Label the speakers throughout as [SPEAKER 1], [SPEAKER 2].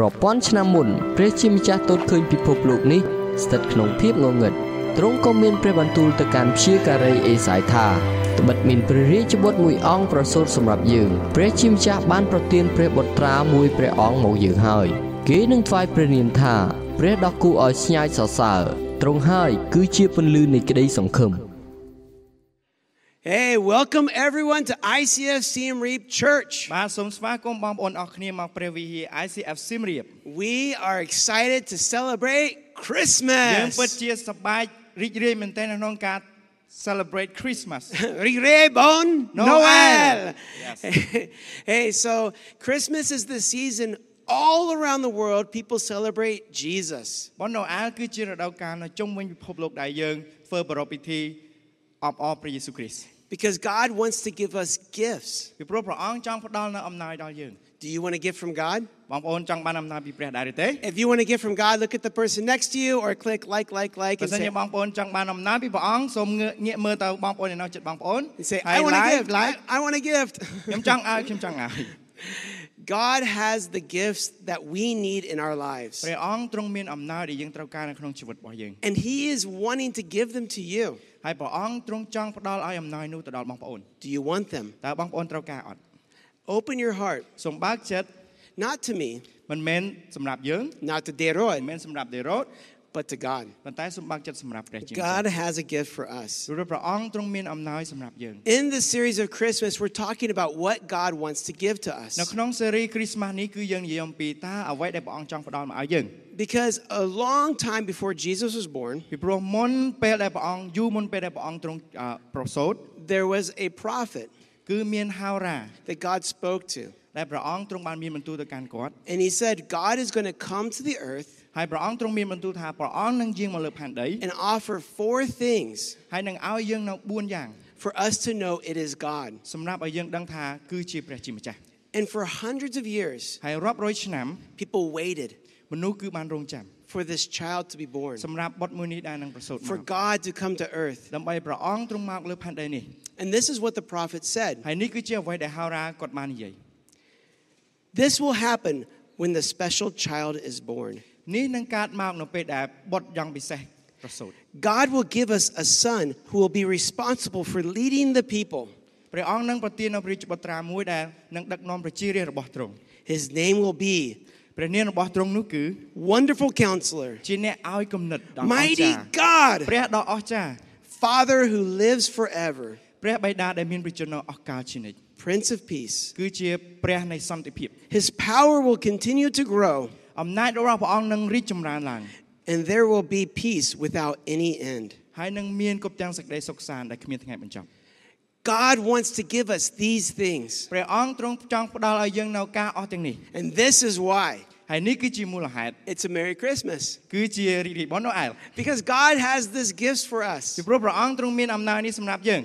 [SPEAKER 1] រាប់ពាន់ឆ្នាំមុនព្រះជាម្ចាស់ទតឃើញពិភពលោកនេះស្ថិតក្នុងភាពងងឹតទ្រង់ក៏មានព្រះបន្ទូលទៅកាន់ព្យាការីអេសាយថាត្បិតមានព្រះរាជបុត្រមួយអង្គប្រសូតសម្រាប់យើងព្រះជាម្ចាស់បានប្រទានព្រះបុត្រាមួយព្រះអង្គមកយើងហើយ គេនឹងថ្វាយព្រះនាមថាព្រះដ៏គួរឲ្យស្ញើចសរសើរទ្រង់ហើយគឺជាពន្លឺនៃក្តីសង្ឃឹម
[SPEAKER 2] Hey, welcome everyone to ICF Siem Reap Church.
[SPEAKER 3] បាទសូមស្វាគមន៍បងប្អូនអស់គ្នាមកព្រះវិហារ ICF ស៊ីមរៀប
[SPEAKER 2] We are excited to celebrate
[SPEAKER 3] យើងពិត
[SPEAKER 2] Christmas.
[SPEAKER 3] ជាសប្បាយរីករាយមែនទែននៅក្នុងការ celebrate Christmas
[SPEAKER 2] Rire bon Noel.
[SPEAKER 3] Noel.
[SPEAKER 2] Hey, so Christmas is the season all around the world people celebrate Jesus.
[SPEAKER 3] បងណូអាលគឺជារដូវកាលនៅជុំវិញពិភពលោកដែលយើងធ្វើប្រារព្ធពិធីអបអរព្រះយេស៊ូវគ្រីស្ទ
[SPEAKER 2] Because God wants to give us gifts.
[SPEAKER 3] ពីព្រោះព្រះអង្គចង់ផ្ដល់នូវអំណោយដល់យើង
[SPEAKER 2] Do you want a gift from God?
[SPEAKER 3] បងប្អូនចង់បានអំណោយពីព្រះដែរឬទេ
[SPEAKER 2] If you want a gift from God, look at the person next to you or click like, like, like,
[SPEAKER 3] បើ
[SPEAKER 2] and
[SPEAKER 3] សិន
[SPEAKER 2] say,
[SPEAKER 3] ជាបងប្អូនចង់បានអំណោយពីព្រះអង្គសូមងាកងាកមើលទៅបងប្អូននៅក្នុងចិត្តបងប្អូន
[SPEAKER 2] and say
[SPEAKER 3] ហើយ
[SPEAKER 2] I want a
[SPEAKER 3] like
[SPEAKER 2] gift. I,
[SPEAKER 3] like
[SPEAKER 2] I want a gift.
[SPEAKER 3] ខ្ញុំចង់ឲ្យខ្ញុំចង់ឲ្យ
[SPEAKER 2] God has the gifts that we need in our lives.
[SPEAKER 3] ព្រះអង្គទ្រង់មានអំណោយដែលយើងត្រូវការនៅក្នុងជីវិតរបស់យើង
[SPEAKER 2] And He is wanting to give them to you.
[SPEAKER 3] ហើយព្រះអង្គទ្រង់ចង់ផ្ដល់ឲ្យអំណោយនោះទៅដល់បងប្អូន
[SPEAKER 2] Do you want them?
[SPEAKER 3] តើបងប្អូនត្រូវការអត់
[SPEAKER 2] Open your heart,
[SPEAKER 3] សូមបើកចិត្ត
[SPEAKER 2] not to me,
[SPEAKER 3] មិនមែនសម្រាប់យើង
[SPEAKER 2] not to
[SPEAKER 3] មិន
[SPEAKER 2] Deroy,
[SPEAKER 3] មែនសម្រាប់ដេរ៉ូត
[SPEAKER 2] but to God.
[SPEAKER 3] ប៉ុន្តែសូមបើកចិត្តសម្រាប់ព្រះជាម្ចាស់
[SPEAKER 2] God has a gift for us.
[SPEAKER 3] ព្រោះព្រះអង្គទ្រង់មានអំណោយសម្រាប់យើង
[SPEAKER 2] In this series of Christmas, we're talking about what God wants to give to
[SPEAKER 3] នៅ
[SPEAKER 2] us.
[SPEAKER 3] ក្នុងស៊េរីគ្រីស្មាស់នេះគឺយើងនិយាយអំពីតើអ្វីដែលព្រះអង្គចង់ផ្ដល់មកឲ្យយើង
[SPEAKER 2] Because a long time before Jesus was born,
[SPEAKER 3] ពីព្រោះមុនពេលដែលព្រះអង្គយូរមុនពេលដែលព្រះអង្គទ្រង់អឺប្រសូត
[SPEAKER 2] there was a prophet
[SPEAKER 3] គឺមានហោរា
[SPEAKER 2] that God spoke to.
[SPEAKER 3] ដែលព្រះអង្គទ្រង់បានមានបន្ទូលទៅកាន់គាត់
[SPEAKER 2] And he said, God is going to come to the earth
[SPEAKER 3] ហើយព្រះអង្គទ្រង់មានបន្ទូលថាព្រះអង្គនឹងយាងមកលើផែនដី
[SPEAKER 2] and offer four things
[SPEAKER 3] ហើយនឹងឲ្យយើងនៅ4យ៉ាង
[SPEAKER 2] for us to know it is God.
[SPEAKER 3] សម្រាប់ឲ្យយើងដឹងថាគឺជាព្រះជាម្ចាស់
[SPEAKER 2] And for hundreds of years,
[SPEAKER 3] ហើយរាប់រយឆ្នាំ
[SPEAKER 2] people waited
[SPEAKER 3] មនុស្សគឺបានរងចាំ
[SPEAKER 2] for this child to be born,
[SPEAKER 3] សម្រាប់បុត្រមួយនេះដែលនឹងប្រសូតម
[SPEAKER 2] for
[SPEAKER 3] ក
[SPEAKER 2] God to come to earth.
[SPEAKER 3] ដើម្បីព្រះអង្គទ្រង់មកលើផែនដីនេះ
[SPEAKER 2] And this is what the prophet said
[SPEAKER 3] ហើយនេះគឺជាអ្វីដែលហោរាគាត់បាននិយាយ
[SPEAKER 2] This will happen when the special child is born.
[SPEAKER 3] នេះនឹងកើតមកនៅពេលដែលបុត្រយ៉ាងពិសេសប្រសូត
[SPEAKER 2] God will give us a son who will be responsible for leading the people.
[SPEAKER 3] ព្រះអង្គនឹងប្រទាននូវព្រះរាជបុត្រាមួយដែលនឹងដឹកនាំប្រជារាស្ត្ររបស់ទ្រង់
[SPEAKER 2] His name will be
[SPEAKER 3] ព្រះនាមរបស់ទ្រង់នោះគឺ
[SPEAKER 2] Wonderful Counselor,
[SPEAKER 3] ជាអ្នកឲ្យគំនិតដល់អស្ចា
[SPEAKER 2] Mighty
[SPEAKER 3] រ្យ
[SPEAKER 2] God,
[SPEAKER 3] ព្រះដ៏អស្ចារ្យ
[SPEAKER 2] Father who lives forever,
[SPEAKER 3] ព្រះបិតាដែលមានព្រះជន្មអស់កលជានិច្ច
[SPEAKER 2] Prince of Peace.
[SPEAKER 3] គឺជាព្រះនៃសន្តិភាព
[SPEAKER 2] His power will continue to grow,
[SPEAKER 3] អំណាចរបស់ព្រះអង្គនឹងរីកចម្រើនឡើង
[SPEAKER 2] and there will be peace without any end.
[SPEAKER 3] ហើយនឹងមានគ្រប់ទាំងសេចក្តីសុខសាន្តដែលគ្មានថ្ងៃបញ្ចប់
[SPEAKER 2] God wants to give us these things.
[SPEAKER 3] ព្រះអង្គទ្រង់ចង់ផ្ដល់ឲ្យយើងនៅការអស់ទាំងនេះ
[SPEAKER 2] And this is why
[SPEAKER 3] ហើយនេះគឺជាមូលហេតុ
[SPEAKER 2] it's a Merry Christmas.
[SPEAKER 3] គឺជារីករាយបងណូអែល
[SPEAKER 2] Because God has this gifts for us.
[SPEAKER 3] ពីព្រោះព្រះអង្គទ្រង់មានអំណាចនេះសម្រាប់យើង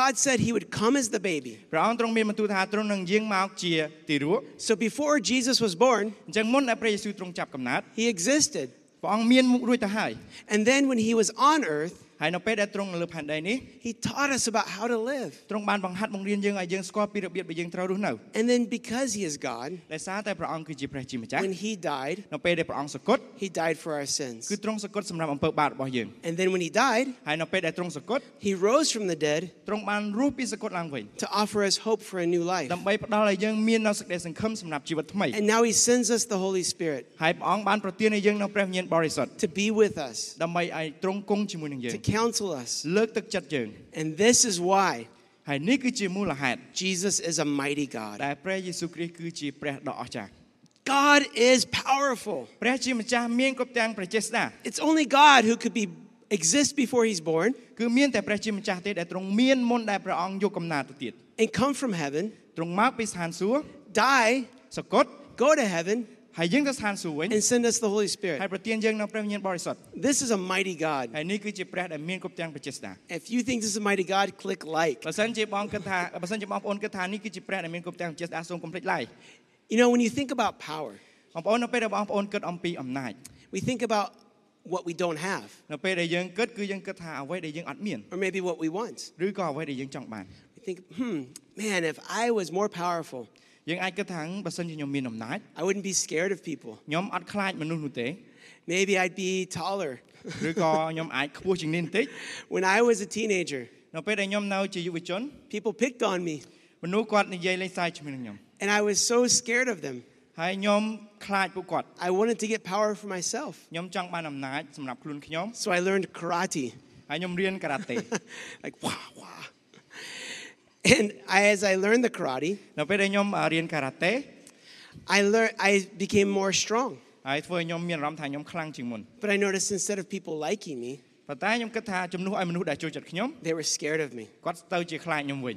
[SPEAKER 2] God said he would come as the baby.
[SPEAKER 3] ព្រះអង្គទ្រង់មានបន្ទូលថាទ្រង់នឹងយាងមកជាទីរួច
[SPEAKER 2] So before Jesus was born,
[SPEAKER 3] អញ្ចឹងមុនដែលព្រះយេស៊ូវទ្រង់ចាប់កំណើត
[SPEAKER 2] he existed.
[SPEAKER 3] ព្រះអង្គមានមុខរួចទៅហើយ
[SPEAKER 2] And then when he was on earth,
[SPEAKER 3] ហើយនៅពេលដែលទ្រង់នៅលើផែនដីនេះ
[SPEAKER 2] he taught us about how to live.
[SPEAKER 3] ទ្រង់បានបង្ហាត់បង្រៀនយើងឲ្យយើងស្គាល់ពីរបៀបដែលយើងត្រូវរស់នៅ
[SPEAKER 2] And then because he is God,
[SPEAKER 3] ដោយសារតែព្រះអង្គគឺជាព្រះជាម្ចាស់
[SPEAKER 2] when he died,
[SPEAKER 3] នៅពេលដែលព្រះអង្គសគត់
[SPEAKER 2] he died for our sins.
[SPEAKER 3] គឺទ្រង់សគត់សម្រាប់អំពើបាបរបស់យើង
[SPEAKER 2] And then when he died,
[SPEAKER 3] ហើយនៅពេលដែលទ្រង់សគត់
[SPEAKER 2] he rose from the dead
[SPEAKER 3] ទ្រង់បានរស់ពីសគត់ឡើងវិញ
[SPEAKER 2] to offer us hope for a new life.
[SPEAKER 3] ដើម្បីផ្ដល់ឲ្យយើងមាននូវសេចក្តីសង្ឃឹមសម្រាប់ជីវិតថ្មី
[SPEAKER 2] And now he sends us the Holy Spirit
[SPEAKER 3] ហើយព្រះអង្គបានប្រទានឲ្យយើងនូវព្រះវិញ្ញាណបរិសុទ្ធ
[SPEAKER 2] to be with us,
[SPEAKER 3] ដើម្បីឲ្យទ្រង់គង់ជាមួយនឹងយើង
[SPEAKER 2] to counsel us.
[SPEAKER 3] លើកទឹកចិត្តយើង
[SPEAKER 2] And this is why
[SPEAKER 3] ហើយនេះគឺជាមូលហេតុ
[SPEAKER 2] Jesus is a mighty God.
[SPEAKER 3] ដែលព្រះយេស៊ូវគ្រីស្ទគឺជាព្រះដ៏អស្ចារ្យ
[SPEAKER 2] God is powerful.
[SPEAKER 3] ព្រះជាម្ចាស់មានគ្រប់ទាំងព្រះចេស្តា
[SPEAKER 2] It's only God who could be exist before he's born
[SPEAKER 3] គឺមានតែព្រះជាម្ចាស់ទេដែលទ្រង់មានមុនដែលព្រះអង្គយកកំណើតទៅទៀត
[SPEAKER 2] and come from heaven,
[SPEAKER 3] ទ្រង់មកពីស្ថានសួគ៌
[SPEAKER 2] die,
[SPEAKER 3] សគត់
[SPEAKER 2] go to heaven
[SPEAKER 3] ហើយយើងទៅស្ថានសួគ៌វិញ
[SPEAKER 2] and send us the Holy
[SPEAKER 3] ហើយ
[SPEAKER 2] Spirit.
[SPEAKER 3] ប្រទានយើងនូវព្រះវិញ្ញាណបរិសុទ្ធ
[SPEAKER 2] This is a mighty God.
[SPEAKER 3] ហើយនេះគឺជាព្រះដែលមានគ្រប់ទាំងព្រះចេស្តា
[SPEAKER 2] If you think this is a mighty God, click like.
[SPEAKER 3] បើសិនជាបងគិតថាបើសិនជាបងប្អូនគិតថានេះគឺជាព្រះដែលមានគ្រប់ទាំងចិត្តស្ដាសូមកុំភ្លេចឡើយ
[SPEAKER 2] You know, when you think about power,
[SPEAKER 3] បងប្អូននៅពេលដែលបងប្អូនគិតអំពីអំណាច
[SPEAKER 2] we think about what we don't have
[SPEAKER 3] នៅពេលដែលយើងគិតគឺយើងគិតថាអ្វីដែលយើងអត់មាន
[SPEAKER 2] or maybe what we want.
[SPEAKER 3] ឬក៏អ្វីដែលយើងចង់បាន
[SPEAKER 2] We think, hmm, man, if I was more powerful,
[SPEAKER 3] យើងអាចគិតថាបើសិនជាខ្ញុំមានអំណាច
[SPEAKER 2] I wouldn't be scared of people.
[SPEAKER 3] ខ្ញុំអត់ខ្លាចមនុស្សនោះទេ
[SPEAKER 2] Maybe I'd be taller.
[SPEAKER 3] ឬក៏ខ្ញុំអាចខ្ពស់ជាងនេះបន្តិច
[SPEAKER 2] When I was a teenager,
[SPEAKER 3] នៅពេលដែលខ្ញុំនៅជាយុវជន
[SPEAKER 2] people picked on me,
[SPEAKER 3] មនុស្សគាត់និយាយលេងសើចជាមួយនឹងខ្ញុំ
[SPEAKER 2] and I was so scared of them.
[SPEAKER 3] ហើយខ្ញុំខ្លាចពួកគាត់
[SPEAKER 2] I wanted to get power for myself.
[SPEAKER 3] ខ្ញុំចង់បានអំណាចសម្រាប់ខ្លួនខ្ញុំ
[SPEAKER 2] So I learned karate.
[SPEAKER 3] ហើយខ្ញុំរៀនការ៉ាតេ
[SPEAKER 2] like, wah, wah. And I, as I learned the karate,
[SPEAKER 3] នៅពេលដែលខ្ញុំអ่าរៀនការ៉ាតេ
[SPEAKER 2] I, learned, I became more strong.
[SPEAKER 3] ហើយធ្វើឲ្យខ្ញុំមានអារម្មណ៍ថាខ្ញុំខ្លាំងជាងមុន
[SPEAKER 2] But I noticed instead of people liking me,
[SPEAKER 3] ប៉ុន្តែខ្ញុំគិតថាជំនួសឲ្យមនុស្សដែលចូលចិត្តខ្ញុំ
[SPEAKER 2] they were scared of me.
[SPEAKER 3] គាត់ស្ទើរជាខ្លាចខ្ញុំវិញ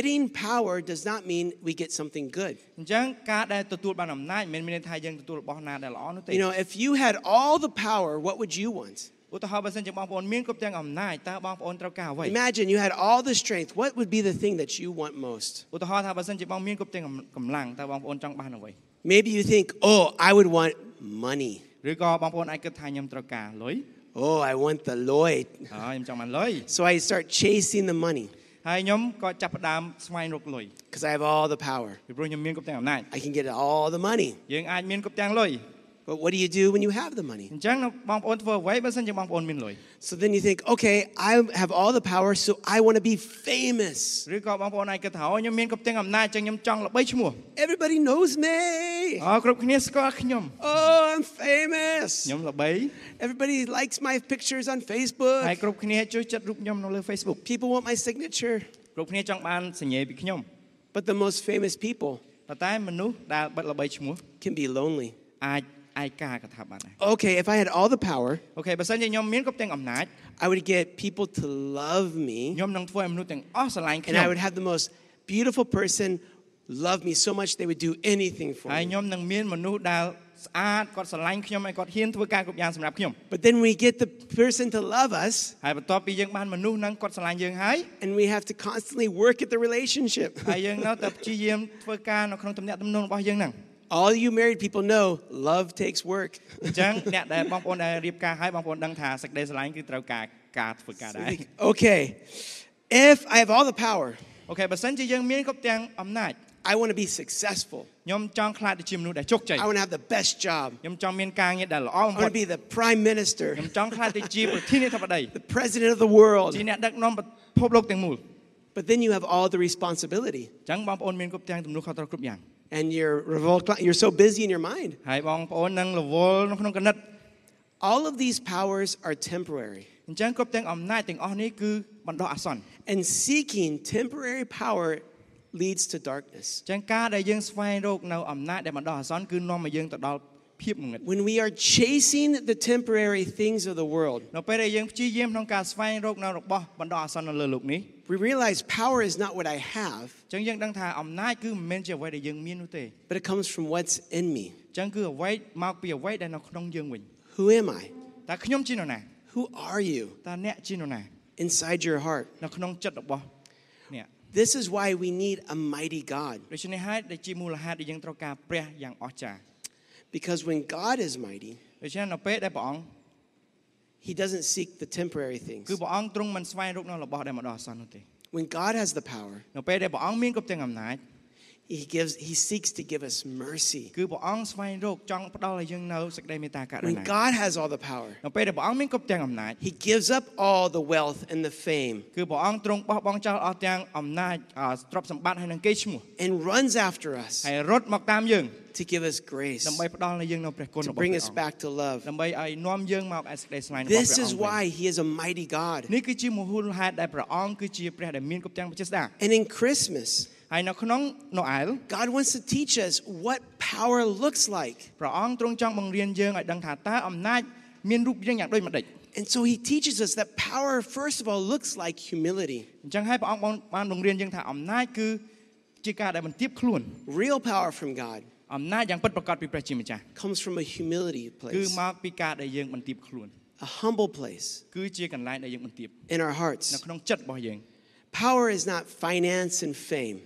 [SPEAKER 2] Getting power does not mean we get something good.
[SPEAKER 3] អញ្ចឹងការដែលទទួលបានអំណាចមិនមានន័យថាយើងទទួលរបស់ណាដែលល្អនោះទេ
[SPEAKER 2] You know, if you had all the power, what would you want?
[SPEAKER 3] ឧទាហរណ៍បើសិនជាបងប្អូនមានគ្រប់ទាំងអំណាចតើបងប្អូនត្រូវការអ្វី
[SPEAKER 2] Imagine you had all the strength. What would be the thing that you want most?
[SPEAKER 3] ឧទាហរណ៍ថាបើសិនជាបងមានគ្រប់ទាំងកម្លាំងតើបងប្អូនចង់បានអ្វី
[SPEAKER 2] Maybe you think, oh, I would want money.
[SPEAKER 3] ឬក៏បងប្អូនអាចគិតថាខ្ញុំត្រូវការលុយ
[SPEAKER 2] Oh, I want the Lloyd.
[SPEAKER 3] ហើយខ្ញុំចង់បានលុយ
[SPEAKER 2] So I start chasing the money
[SPEAKER 3] ហើយខ្ញុំក៏ចាប់ផ្ដើមស្វែងរកលុយ
[SPEAKER 2] because I have all the power.
[SPEAKER 3] ពីព្រោះខ្ញុំមានគ្រប់ទាំងអំណាច
[SPEAKER 2] I can get all the money.
[SPEAKER 3] យើងអាចមានគ្រប់ទាំងលុយ
[SPEAKER 2] But what do you do when you have the money?
[SPEAKER 3] អញ្ចឹងបងប្អូនធ្វើអ្វីបើសិនជាបងប្អូនមានលុយ
[SPEAKER 2] So then you think, okay, I have all the power, so I want to be famous.
[SPEAKER 3] ឬក៏បងប្អូនអាចគិតថាអូខ្ញុំមានគ្រប់ទាំងអំណាចអញ្ចឹងខ្ញុំចង់ល្បីឈ្មោះ
[SPEAKER 2] Everybody knows me.
[SPEAKER 3] អូគ្រប់គ្នាស្គាល់ខ្ញុំ
[SPEAKER 2] Oh, I'm famous.
[SPEAKER 3] ខ្ញុំល្បី
[SPEAKER 2] Everybody likes my pictures on
[SPEAKER 3] ហើយ
[SPEAKER 2] Facebook.
[SPEAKER 3] គ្រប់គ្នាចូលចិត្តរូបខ្ញុំនៅលើ Facebook
[SPEAKER 2] People want my signature.
[SPEAKER 3] គ្រប់គ្នាចង់បានសញ្ញាពីខ្ញុំ
[SPEAKER 2] But the most famous people
[SPEAKER 3] ប៉ុន្តែមនុស្សដែលបិទល្បីឈ្មោះ
[SPEAKER 2] can be lonely.
[SPEAKER 3] អាចឯកាកថាបានដែរ
[SPEAKER 2] Okay, if I had all the power,
[SPEAKER 3] អូខេបើសិនជាខ្ញុំមានគ្រប់ទាំងអំណាច
[SPEAKER 2] I would get people to love me,
[SPEAKER 3] ខ្ញុំនឹងធ្វើឲ្យមនុស្សទាំងអស់ស្រឡាញ់
[SPEAKER 2] and
[SPEAKER 3] ខ្ញុំ
[SPEAKER 2] I would have the most beautiful person love me so much they would do anything for
[SPEAKER 3] ហើយ
[SPEAKER 2] me.
[SPEAKER 3] ខ្ញុំនឹងមានមនុស្សដែលស្អាតគាត់ស្រឡាញ់ខ្ញុំហើយគាត់ហ៊ានធ្វើការគ្រប់យ៉ាងសម្រាប់ខ្ញុំ
[SPEAKER 2] But then we get the person to love us,
[SPEAKER 3] ហើយបន្ទាប់ពីយើងបានមនុស្សហ្នឹងគាត់ស្រឡាញ់យើងហើយ
[SPEAKER 2] and we have to constantly work at the relationship.
[SPEAKER 3] ហើយយើងនៅតែព្យាយាមធ្វើការនៅក្នុងទំនាក់ទំនងរបស់យើងហ្នឹង
[SPEAKER 2] All you married people know love takes work.
[SPEAKER 3] អញ្ចឹ ងអ្នកដែលបងប្អូនដែលរៀបការហើយបងប្អូនដឹងថាសេចក្តីស្រឡាញ់គឺត្រូវការការធ្វើការដែរ
[SPEAKER 2] okay, if I have all the power,
[SPEAKER 3] អូខេបើសិនជាយើងមានគ្រប់ទាំងអំណាច
[SPEAKER 2] I want to be successful.
[SPEAKER 3] ខ្ញុំចង់ខ្លាចទៅជាមនុស្សដែលជោគជ័យ
[SPEAKER 2] I want to have the best job.
[SPEAKER 3] ខ្ញុំចង់មានការងារដែលល្អបំ
[SPEAKER 2] I
[SPEAKER 3] ផុ
[SPEAKER 2] want
[SPEAKER 3] ត
[SPEAKER 2] to be the prime minister,
[SPEAKER 3] ខ្ញុំចង់ខ្លាចទៅជាប្រធានាធិបតី
[SPEAKER 2] the president of the world.
[SPEAKER 3] ជាអ្នកដឹកនាំពិភពលោកទាំងមូល
[SPEAKER 2] But then you have all the responsibility,
[SPEAKER 3] អញ្ចឹងបងប្អូនមានគ្រប់ទាំងទំនួលខុសត្រូវគ្រប់យ៉ាង
[SPEAKER 2] and you're revol- You're so busy in your mind.
[SPEAKER 3] ហើយបងប្អូននឹងរវល់នៅក្នុងកណិត
[SPEAKER 2] All of these powers are temporary,
[SPEAKER 3] អញ្ចឹងគ្រប់ទាំងអំណាចទាំងអស់នេះគឺបណ្ដោះអាសន្ន
[SPEAKER 2] and seeking temporary power leads to darkness.
[SPEAKER 3] អញ្ចឹងការដែលយើងស្វែងរកនៅអំណាចដែលបណ្ដោះអាសន្នគឺនាំឲ្យយើងទៅដល់ភាពងងឹត
[SPEAKER 2] When we are chasing the temporary things of the world,
[SPEAKER 3] នៅពេលដែលយើងព្យាយាមក្នុងការស្វែងរកនៅរបស់បណ្ដោះអាសន្ននៅលើលោកនេះ
[SPEAKER 2] we realize power is not what I have,
[SPEAKER 3] អញ្ចឹងយើងដឹងថាអំណាចគឺមិនមែនជាអ្វីដែលយើងមាននោះទេ
[SPEAKER 2] but it comes from what's in me.
[SPEAKER 3] អញ្ចឹងគឺអ្វីមកពីអ្វីដែលនៅក្នុងយើងវិញ
[SPEAKER 2] Who am I?
[SPEAKER 3] តើខ្ញុំជានរណា
[SPEAKER 2] Who are you
[SPEAKER 3] តើអ្នកជានរណា
[SPEAKER 2] inside your heart?
[SPEAKER 3] នៅក្នុងចិត្តរបស់អ្នក
[SPEAKER 2] This is why we need a mighty God,
[SPEAKER 3] ដូច្នេះហើយដែលជាមូលហេតុដែលយើងត្រូវការព្រះយ៉ាងអស្ចារ្យ
[SPEAKER 2] because when God is mighty,
[SPEAKER 3] ដូច្នេះនៅពេលដែលព្រះអង្គ
[SPEAKER 2] he doesn't seek the temporary
[SPEAKER 3] គឺ
[SPEAKER 2] things.
[SPEAKER 3] ព្រះអង្គទ្រង់មិនស្វែងរកនៅរបស់ដែលមកដល់អាសន្ននោះទេ
[SPEAKER 2] When God has the power,
[SPEAKER 3] នៅពេលដែលព្រះអង្គមានគ្រប់ទាំងអំណាច
[SPEAKER 2] he gives he seeks to give us mercy.
[SPEAKER 3] គឺព្រះអង្គស្វែងរកចង់ផ្ដល់ឲ្យយើងនៅសេចក្តីមេត្តាករ
[SPEAKER 2] When
[SPEAKER 3] ណា
[SPEAKER 2] God has all the power,
[SPEAKER 3] នៅពេលដែលព្រះអង្គមានគ្រប់ទាំងអំណាច
[SPEAKER 2] he gives up all the wealth and the fame
[SPEAKER 3] គឺព្រះអង្គទ្រង់បោះបង់ចោលអស់ទាំងអំណាចអ่าទ្រព្យសម្បត្តិហើយនឹងកេរ្តិ៍ឈ្មោះ
[SPEAKER 2] and runs after us
[SPEAKER 3] ហើយរត់មកតាមយើង
[SPEAKER 2] to give us grace
[SPEAKER 3] ដើម្បីផ្ដល់ឲ្យយើងនៅព្រះគុណរ
[SPEAKER 2] to
[SPEAKER 3] របស់ព្រះ
[SPEAKER 2] bring
[SPEAKER 3] អ
[SPEAKER 2] us
[SPEAKER 3] ង្គ
[SPEAKER 2] back to love.
[SPEAKER 3] ់ដើម្បីឲ្យនាំយើងមកឯសេចក្តីស្វែងរករបស់ព្រះអង្គ
[SPEAKER 2] This is
[SPEAKER 3] វិញ
[SPEAKER 2] why he is a mighty God.
[SPEAKER 3] នេះគឺជាមហូលហេតុដែលព្រះអង្គគឺជាព្រះដែលមានគ្រប់ទាំងវិជ្ជស្ដា
[SPEAKER 2] And in Christmas,
[SPEAKER 3] ហើយនៅក្នុងណូអែល
[SPEAKER 2] God wants to teach us what power looks like.
[SPEAKER 3] ព្រះអង្គទ្រង់ចង់បង្រៀនយើងឲ្យដឹងថាតើអំណាចមានរូបរាងយ៉ាងដូចម្ដេច
[SPEAKER 2] And so he teaches us that power, first of all, looks like humility.
[SPEAKER 3] អញ្ចឹងហើយព្រះអង្គបានបានបង្រៀនយើងថាអំណាចគឺជាការដែលបន្ទាបខ្លួន
[SPEAKER 2] Real power from God
[SPEAKER 3] អំណាចយ៉ាងពិតប្រាកដពីព្រះជាម្ចាស់
[SPEAKER 2] comes from a humility
[SPEAKER 3] គឺ
[SPEAKER 2] place,
[SPEAKER 3] មកពីការដែលយើងបន្ទាបខ្លួន
[SPEAKER 2] a humble place
[SPEAKER 3] គឺជាកន្លែងដែលយើងបន្ទាប
[SPEAKER 2] in our
[SPEAKER 3] នៅ
[SPEAKER 2] hearts.
[SPEAKER 3] ក្នុងចិត្តរបស់យើង
[SPEAKER 2] Power is not finance and fame.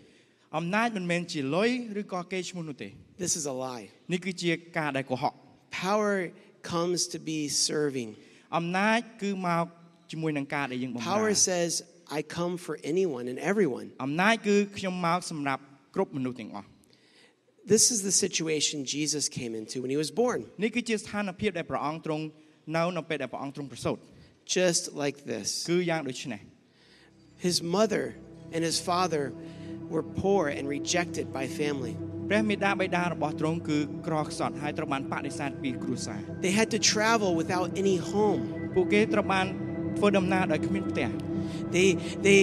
[SPEAKER 3] អំណាចមិនមែនជាលុយឬក៏គេរ្តិ៍ឈ្មោះនោះទេ
[SPEAKER 2] This is a lie.
[SPEAKER 3] នេះគឺជាការដែលកុហក
[SPEAKER 2] Power comes to be serving.
[SPEAKER 3] អំណាចគឺមកជាមួយនឹងការដែលយើងបំរើ
[SPEAKER 2] Power says, I come for anyone and everyone.
[SPEAKER 3] អំណាចគឺខ្ញុំមកសម្រាប់គ្រប់មនុស្សទាំងអស់
[SPEAKER 2] This is the situation Jesus came into when he was born,
[SPEAKER 3] នេះគឺជាស្ថានភាពដែលព្រះអង្គទ្រង់នៅនៅពេលដែលព្រះអង្គទ្រង់ប្រសូត
[SPEAKER 2] just like this.
[SPEAKER 3] គឺយ៉ាងដូចនេះ
[SPEAKER 2] His mother and his father were poor and rejected by family.
[SPEAKER 3] ព្រះមេដាបិតារបស់ទ្រង់គឺក្រខ្សត់ហើយត្រូវបានបដិសេធពីគ្រួសារ
[SPEAKER 2] They had to travel without any home.
[SPEAKER 3] ពួកគេត្រូវបានធ្វើដំណើរដោយគ្មានផ្ទះ
[SPEAKER 2] They they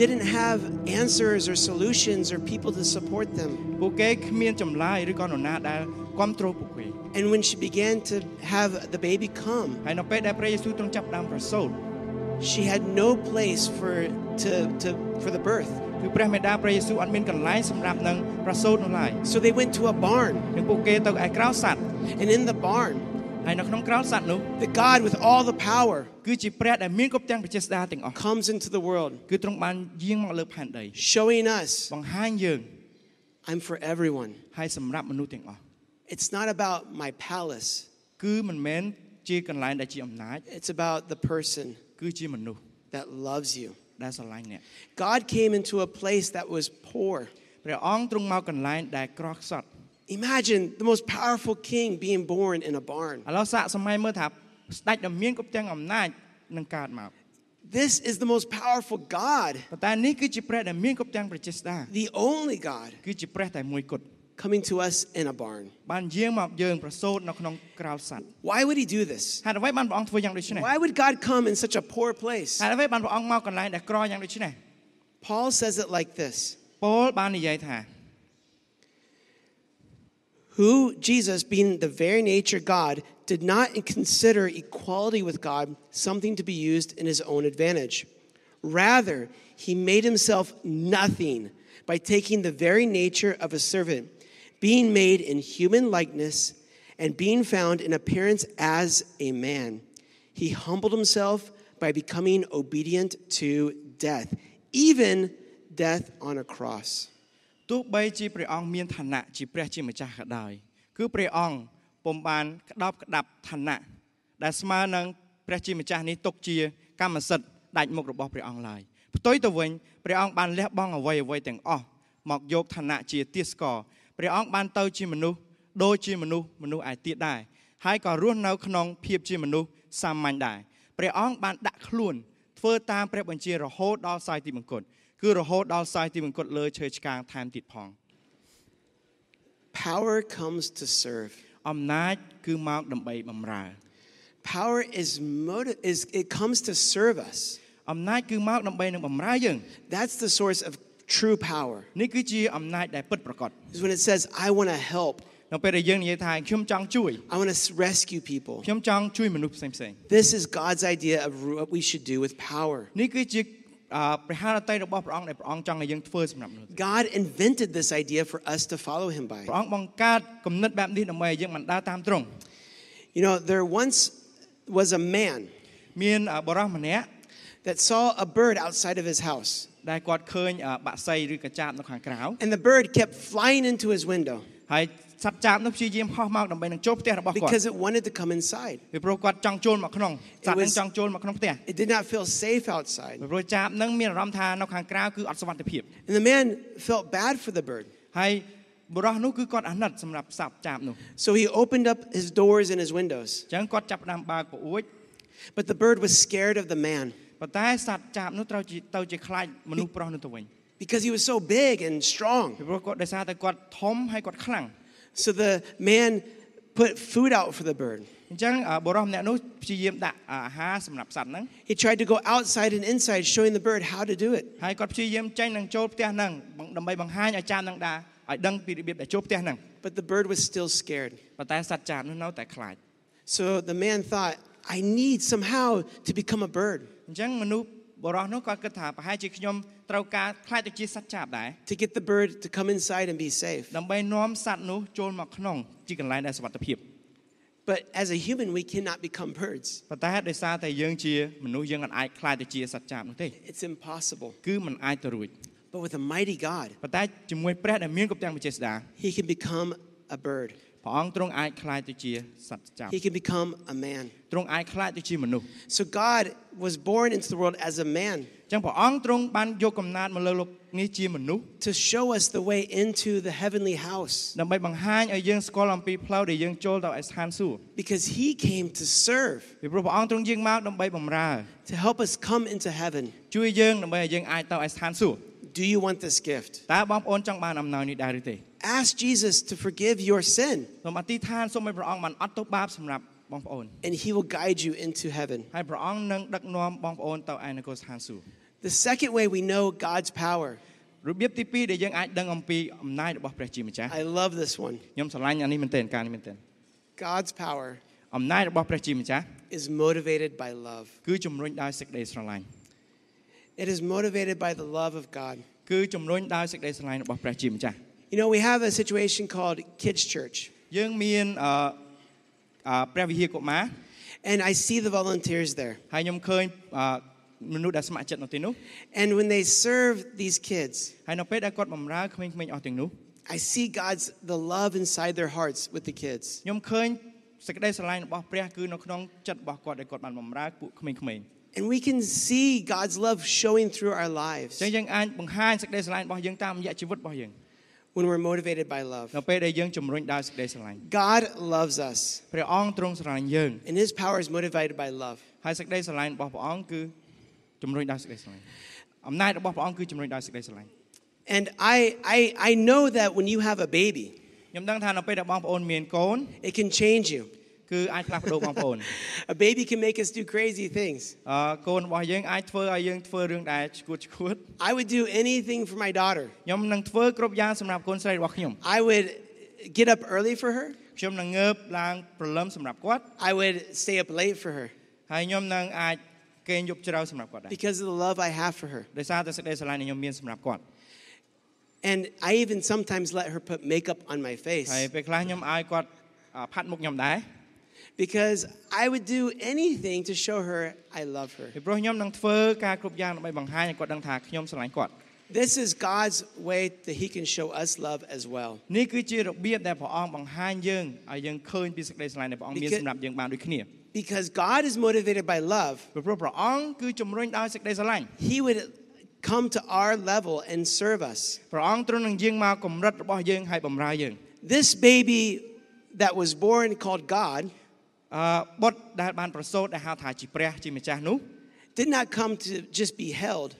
[SPEAKER 2] didn't have answers or solutions or people to support them.
[SPEAKER 3] ពួកគេគ្មានចម្លើយឬក៏នរណាដែលគ្រប់គ្រងពួកគេ
[SPEAKER 2] And when she began to have the baby come,
[SPEAKER 3] ហើយនៅពេលដែលព្រះយេស៊ូវទ្រង់ចាប់ផ្ដើមប្រសូត
[SPEAKER 2] she had no place for to, to for the birth.
[SPEAKER 3] គឺព្រះមេដាព្រះយេស៊ូវអត់មានកន្លែងសម្រាប់នឹងប្រសូតនោះឡើយ
[SPEAKER 2] So they went to a barn.
[SPEAKER 3] នឹងពួកគេទៅឯក្រោលសัตว์
[SPEAKER 2] And in the barn,
[SPEAKER 3] ហើយនៅក្នុងក្រោលសัตว์នោះ
[SPEAKER 2] the God with all the power
[SPEAKER 3] គឺជាព្រះដែលមានគ្រប់ទាំងប្រជេស្តាទាំងអស់
[SPEAKER 2] comes into the world,
[SPEAKER 3] គឺទ្រង់បានយាងមកលើផែនដី
[SPEAKER 2] showing us
[SPEAKER 3] បង្ហាញយើង
[SPEAKER 2] I'm for everyone.
[SPEAKER 3] ហើយសម្រាប់មនុស្សទាំងអស់
[SPEAKER 2] It's not about my palace,
[SPEAKER 3] គឺមិនមែនជាកន្លែងដែលជាអំណាច
[SPEAKER 2] it's about the person
[SPEAKER 3] គឺជាមនុស្ស
[SPEAKER 2] that loves you.
[SPEAKER 3] ដែលស្រឡាញ់អ្នក
[SPEAKER 2] God came into a place that was poor.
[SPEAKER 3] ព្រះអង្គទ្រង់មកកន្លែងដែលក្រខ្សត់
[SPEAKER 2] Imagine the most powerful king being born in a barn.
[SPEAKER 3] ឥឡូវសាកសម័យមើលថាស្ដេចដែលមានគ្រប់ទាំងអំណាចនឹងកើតមក
[SPEAKER 2] This is the most powerful God,
[SPEAKER 3] ប៉ុន្តែនេះគឺជាព្រះដែលមានគ្រប់ទាំងប្រជេស្តា
[SPEAKER 2] the only God,
[SPEAKER 3] គឺជាព្រះតែមួយគត់
[SPEAKER 2] coming to us in a barn.
[SPEAKER 3] បានយាងមកយើងប្រសូតនៅក្នុងក្រោលសัตว์
[SPEAKER 2] Why would he do this?
[SPEAKER 3] ហេតុអ្វីបានព្រះអង្គធ្វើយ៉ាងដូចនេះ
[SPEAKER 2] Why would God come in such a poor place?
[SPEAKER 3] ហេតុអ្វីបានព្រះអង្គមកកន្លែងដែលក្រយ៉ាងដូចនេះ
[SPEAKER 2] Paul says it like this
[SPEAKER 3] ប៉ូលបាននិយាយថា
[SPEAKER 2] Who Jesus, being the very nature God, did not consider equality with God something to be used in his own advantage. Rather, he made himself nothing by taking the very nature of a servant, being made in human likeness, and being found in appearance as a man. He humbled himself by becoming obedient to death, even death on a cross.
[SPEAKER 3] ទោះបីជាព្រះអង្គមានឋានៈជាព្រះជាម្ចាស់ក៏ដោយគឺព្រះអង្គពុំបានក្តោបក្តាប់ឋានៈដែលស្មើនឹងព្រះជាម្ចាស់នេះទុកជាកម្មសិទ្ធិដាច់មុខរបស់ព្រះអង្គឡើយផ្ទុយទៅវិញព្រះអង្គបានលះបង់អ្វីអ្វីទាំងអស់មកយកឋានៈជាទាសករព្រះអង្គបានទៅជាមនុស្សដូចជាមនុស្សមនុស្សឯទៀតដែរហើយក៏រស់នៅក្នុងភាពជាមនុស្សសាមញ្ញដែរព្រះអង្គបានដាក់ខ្លួន ធ្វើតាមព្រះបញ្ជារហូតដល់សាយទីមង្គតគឺរហូតដល់សាយទីមង្គតលើឈើឆ្កាងថែមទៀតផង
[SPEAKER 2] Power comes to serve.
[SPEAKER 3] អំណាចគឺមកដើម្បីបំរើ
[SPEAKER 2] Power is motive is it comes to serve us.
[SPEAKER 3] អំណាចគឺមកដើម្បីនឹងបំរើយើង
[SPEAKER 2] That's the source of true power.
[SPEAKER 3] នេះគឺជាអំណាចដែលពិតប្រាកដ
[SPEAKER 2] Is when it says, I want to help,
[SPEAKER 3] នៅពេលដែលយើងនិយាយថាខ្ញុំចង់ជួយ
[SPEAKER 2] I want to rescue people.
[SPEAKER 3] ខ្ញុំចង់ជួយមនុស្សផ្សេងផ្សេង
[SPEAKER 2] This is God's idea of what we should do with power.
[SPEAKER 3] នេះគឺជាអឺព្រះハរតីរបស់ព្រះអង្គដែលព្រះអង្គចង់ឲ្យយើងធ្វើសម្រាប់មនុស្ស
[SPEAKER 2] God invented this idea for us to follow him
[SPEAKER 3] ព្រះ
[SPEAKER 2] by.
[SPEAKER 3] អង្គបង្កើតគំនិតបែបនេះដើម្បីឲ្យយើងបានដើរតាមត្រង់
[SPEAKER 2] You know, there once was a man
[SPEAKER 3] មានអឺបរិសម្នាក់
[SPEAKER 2] that saw a bird outside of his house,
[SPEAKER 3] ដែលគាត់ឃើញអឺបាក់សៃឬកញ្ចាបនៅខាងក្រៅ
[SPEAKER 2] and the bird kept flying into his window
[SPEAKER 3] ហើយសត្វចាបនោះព្យាយាមហោះមកដើម្បីនឹងចូលផ្ទះរបស់គាត់
[SPEAKER 2] because it wanted to come inside.
[SPEAKER 3] ពីព្រោះគាត់ចង់ចូលមកក្នុងសត្វនឹង
[SPEAKER 2] was-
[SPEAKER 3] ចង់ចូលមកក្នុងផ្ទះ
[SPEAKER 2] It did not feel safe outside.
[SPEAKER 3] ពីព្រោះចាបនឹងមានអារម្មណ៍ថានៅខាងក្រៅគឺអត់សុវត្ថិភាព
[SPEAKER 2] And the man felt bad for the bird.
[SPEAKER 3] ហើយបុរសនោះគឺគាត់អាណិតសម្រាប់សត្វចាបនោះ
[SPEAKER 2] So he opened up his doors and his windows.
[SPEAKER 3] អញ្ចឹងគាត់ចាប់ផ្ដើមបើកប្រអួច
[SPEAKER 2] But the bird was scared of the man
[SPEAKER 3] ប៉ុន្តែសត្វចាបនោះត្រូវជាទៅជាខ្លាចមនុស្សប្រុសនោះទៅវិញ
[SPEAKER 2] because he was so big and
[SPEAKER 3] ពី
[SPEAKER 2] strong.
[SPEAKER 3] ព្រោះគាត់ដោយសារតែគាត់ធំហើយគាត់ខ្លាំង
[SPEAKER 2] So the man put food out for the bird.
[SPEAKER 3] អញ្ចឹងអ่าបុរសម្នាក់នោះព្យាយាមដាក់អាហារសម្រាប់សត្វហ្នឹង
[SPEAKER 2] He tried to go outside and inside, showing the bird how to do it.
[SPEAKER 3] ហើយគាត់ព្យាយាមចេញនឹងចូលផ្ទះហ្នឹងបងដើម្បីបង្ហាញឲ្យចាបហ្នឹងដែរឲ្យដឹងពីរបៀបដែលចូលផ្ទះហ្នឹង
[SPEAKER 2] But the bird was still scared.
[SPEAKER 3] ប៉ុន្តែសត្វចាបនោះនៅតែខ្លាច
[SPEAKER 2] So the man thought, I need somehow to become a bird
[SPEAKER 3] អញ្ចឹងមនុស្សបុរសនោះគាត់គិតថាប្រហែលជាខ្ញុំត្រូវការខ្លាចទៅជាសត្វចាបដែរ
[SPEAKER 2] to get the bird to come inside and be safe.
[SPEAKER 3] ដើម្បីនាំសត្វនោះចូលមកក្នុងជាកន្លែងដែលសុវត្ថិភាព
[SPEAKER 2] But as a human, we cannot become birds,
[SPEAKER 3] ប៉ុន្តែដោយសារតែយើងជាមនុស្សយើងមិនអាចខ្លាចទៅជាសត្វចាបនោះទេ
[SPEAKER 2] it's impossible.
[SPEAKER 3] គឺមិនអាចទៅរួច
[SPEAKER 2] But with a mighty God,
[SPEAKER 3] ប៉ុន្តែជាមួយព្រះដែលមានគ្រប់ទាំងវិជ្ជាស្ដា
[SPEAKER 2] he can become a bird.
[SPEAKER 3] ព្រះអង្គទ្រង់អាចคลายទៅជាសត្វចាស់
[SPEAKER 2] He can become a man.
[SPEAKER 3] ទ្រង់អាចคลายទៅជាមនុស្ស
[SPEAKER 2] So God was born into the world as a man
[SPEAKER 3] អញ្ចឹងព្រះអង្គទ្រង់បានយកកំណើតមកលើលោកនេះជាមនុស្ស
[SPEAKER 2] to show us the way into the heavenly house
[SPEAKER 3] ដើម្បីបង្ហាញឲ្យយើងស្គាល់អំពីផ្លូវដែលយើងចូលទៅឯស្ថានសួគ៌
[SPEAKER 2] because he came to serve,
[SPEAKER 3] ពីព្រោះព្រះអង្គទ្រង់យាងមកដើម្បីបម្រើ
[SPEAKER 2] to help us come into heaven.
[SPEAKER 3] ជួយយើងដើម្បីឲ្យយើងអាចទៅឯស្ថានសួគ៌
[SPEAKER 2] Do you want this gift?
[SPEAKER 3] តើបងប្អូនចង់បានអំណោយនេះដែរឬទេ
[SPEAKER 2] Ask Jesus to forgive your sin
[SPEAKER 3] សូមអធិដ្ឋានសូមឲ្យព្រះអង្គបានអត់ទោសបាបសម្រាប់បងប្អូន
[SPEAKER 2] and he will guide you into heaven.
[SPEAKER 3] ហើយព្រះអង្គនឹងដឹកនាំបងប្អូនទៅឯនគរស្ថានសួគ៌
[SPEAKER 2] The second way we know God's power,
[SPEAKER 3] របៀបទី2ដែលយើងអាចដឹងអំពីអំណាចរបស់ព្រះជាម្ចាស់
[SPEAKER 2] I love this one.
[SPEAKER 3] ខ្ញុំស្រឡាញ់អានេះមែនទែនការនេះមែនទែន
[SPEAKER 2] God's power
[SPEAKER 3] អំណាចរបស់ព្រះជាម្ចាស់
[SPEAKER 2] is motivated by love.
[SPEAKER 3] គឺជំរុញដោយសេចក្តីស្រឡាញ់
[SPEAKER 2] It is motivated by the love of God.
[SPEAKER 3] គឺជំរុញដោយសេចក្តីស្រឡាញ់របស់ព្រះជាម្ចាស់
[SPEAKER 2] You know, we have a situation called Kids Church,
[SPEAKER 3] យើងមានអឺអឺព្រះវិហារកុមារ
[SPEAKER 2] and I see the volunteers there.
[SPEAKER 3] ហើយខ្ញុំឃើញអឺមនុស្សដែលស្ម័គ្រចិត្តនៅទីនោះ
[SPEAKER 2] And when they serve these kids,
[SPEAKER 3] ហើយនៅពេលដែលគាត់បម្រើក្មេងៗអស់ទាំងនោះ
[SPEAKER 2] I see God's the love inside their hearts with the kids.
[SPEAKER 3] ខ្ញុំឃើញសេចក្តីស្រឡាញ់របស់ព្រះគឺនៅក្នុងចិត្តរបស់គាត់ដែលគាត់បានបម្រើពួកក្មេងៗអញ្
[SPEAKER 2] And we can see God's love showing through our lives
[SPEAKER 3] ចឹងយើងអាចបង្ហាញសេចក្តីស្រឡាញ់របស់យើងតាមរយៈជីវិតរបស់យើង
[SPEAKER 2] when we're motivated by love.
[SPEAKER 3] នៅពេលដែលយើងជំរុញដោយសេចក្តីស្រឡាញ់
[SPEAKER 2] God loves us,
[SPEAKER 3] ព្រះអង្គទ្រង់ស្រឡាញ់យើង
[SPEAKER 2] and his power is motivated by love.
[SPEAKER 3] ហើយសេចក្តីស្រឡាញ់របស់ព្រះអង្គគឺជំរុញដោយសេចក្តីស្រឡាញ់អំណាចរបស់ព្រះអង្គគឺជំរុញដោយសេចក្តីស្រឡាញ់
[SPEAKER 2] And I, I, I know that when you have a baby,
[SPEAKER 3] ខ្ញុំដឹងថានៅពេលដែលបងប្អូនមានកូន
[SPEAKER 2] it can change you.
[SPEAKER 3] គឺអាចផ្លាស់ប្ដូរបងប្អូន
[SPEAKER 2] a baby can make us do crazy things.
[SPEAKER 3] អឺកូនរបស់យើងអាចធ្វើឲ្យយើងធ្វើរឿងដែលឈួតឈួត
[SPEAKER 2] I would do anything for my daughter.
[SPEAKER 3] ខ្ញុំនឹងធ្វើគ្រប់យ៉ាងសម្រាប់កូនស្រីរបស់ខ្ញុំ
[SPEAKER 2] I would get up early for her.
[SPEAKER 3] ខ្ញុំនឹងងើបឡើងព្រលឹមសម្រាប់គាត់
[SPEAKER 2] I would stay up late for her
[SPEAKER 3] ហើយខ្ញុំនឹងអាចគេងយប់ជ្រៅសម្រាប់គាត់ដែរ
[SPEAKER 2] because of the love I have for her.
[SPEAKER 3] ដោយសារតែសេចក្តីស្រឡាញ់ដែលខ្ញុំមានសម្រាប់គាត់
[SPEAKER 2] And I even sometimes let her put makeup on my
[SPEAKER 3] ហើយ
[SPEAKER 2] face
[SPEAKER 3] ពេលខ្លះខ្ញុំឲ្យគាត់អឺផាត់មុខខ្ញុំដែរ
[SPEAKER 2] because I would do anything to show her I love her.
[SPEAKER 3] ពីព្រោះខ្ញុំនឹងធ្វើការគ្រប់យ៉ាងដើម្បីបង្ហាញឲ្យគាត់ដឹងថាខ្ញុំស្រឡាញ់គាត់
[SPEAKER 2] This is God's way that He can show us love as well.
[SPEAKER 3] នេះគឺជារបៀបដែលព្រះអង្គបង្ហាញយើងឲ្យយើងឃើញពីសេចក្តីស្រឡាញ់ដែលព្រះអង្គមាន
[SPEAKER 2] Because-
[SPEAKER 3] សម្រាប់យើងបានដូចគ្នា
[SPEAKER 2] Because God is motivated by love,
[SPEAKER 3] ពីព្រោះព្រះអង្គគឺជំរុញដោយសេចក្តីស្រឡាញ់
[SPEAKER 2] He would come to our level and serve us.
[SPEAKER 3] ព្រះអង្គទ្រង់នឹងយាងមកកម្រិតរបស់យើងឲ្យបម្រើយើង
[SPEAKER 2] This baby that was born called God
[SPEAKER 3] អឺបុត្រដែលបានប្រសូតដែលហៅថាជាព្រះជាម្ចាស់នោះ
[SPEAKER 2] did not come to just be held,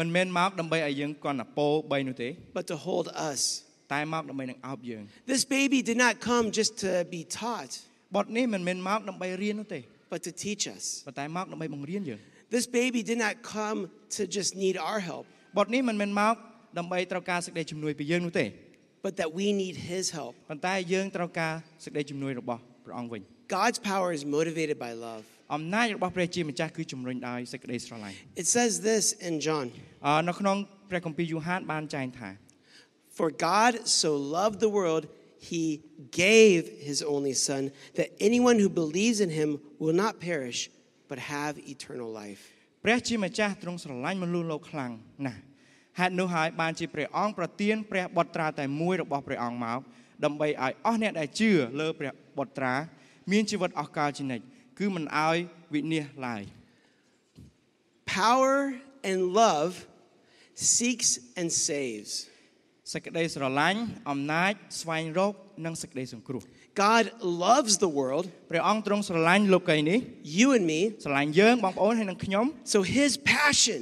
[SPEAKER 3] មិនមែនមកដើម្បីឲ្យយើងគន់អពោ3នោះទេ
[SPEAKER 2] but to hold us.
[SPEAKER 3] តែមកដើម្បីនឹងអោបយើង
[SPEAKER 2] This baby did not come just to be taught,
[SPEAKER 3] បុត្រនេះមិនមែនមកដើម្បីរៀននោះទេ
[SPEAKER 2] but to teach us.
[SPEAKER 3] ប៉ុន្តែមកដើម្បីបង្រៀនយើង
[SPEAKER 2] This baby did not come to just need our help,
[SPEAKER 3] បុត្រនេះមិនមែនមកដើម្បីត្រូវការសេចក្តីជំនួយពីយើងនោះទេ
[SPEAKER 2] but that we need his help.
[SPEAKER 3] ប៉ុន្តែយើងត្រូវការសេចក្តីជំនួយរបស់ព្រះអង្គវិញ
[SPEAKER 2] God's power is motivated by love.
[SPEAKER 3] អំណាចរបស់ព្រះជាម្ចាស់គឺជំរុញដោយសេចក្តីស្រឡាញ់
[SPEAKER 2] It says this in John
[SPEAKER 3] អឺនៅក្នុងព្រះគម្ពីរយូហានបានចែងថា
[SPEAKER 2] For God so loved the world, he gave his only Son, that anyone who believes in him will not perish, but have eternal life.
[SPEAKER 3] ព្រះជាម្ចាស់ទ្រង់ស្រឡាញ់មនុស្សលោកខ្លាំងណាស់ហេតុនោះហើយបានជាព្រះអង្គប្រទានព្រះបុត្រាតែមួយរបស់ព្រះអង្គមកដើម្បីឲ្យអស់អ្នកដែលជឿលើព្រះបុត្រា មានជីវិតអស់កលជានិច្ចគឺមិនឲ្យវិនាសឡើយ
[SPEAKER 2] Power and love seeks and saves.
[SPEAKER 3] សេចក្តីស្រឡាញ់អំណាចស្វែងរកនិងសេចក្តីសង្គ្រោះ
[SPEAKER 2] God loves the world,
[SPEAKER 3] ព្រះអង្គទ្រង់ស្រឡាញ់លោកីនេះ
[SPEAKER 2] you and me,
[SPEAKER 3] ស្រឡាញ់យើងបងប្អូនហើយនិងខ្ញុំ
[SPEAKER 2] so his passion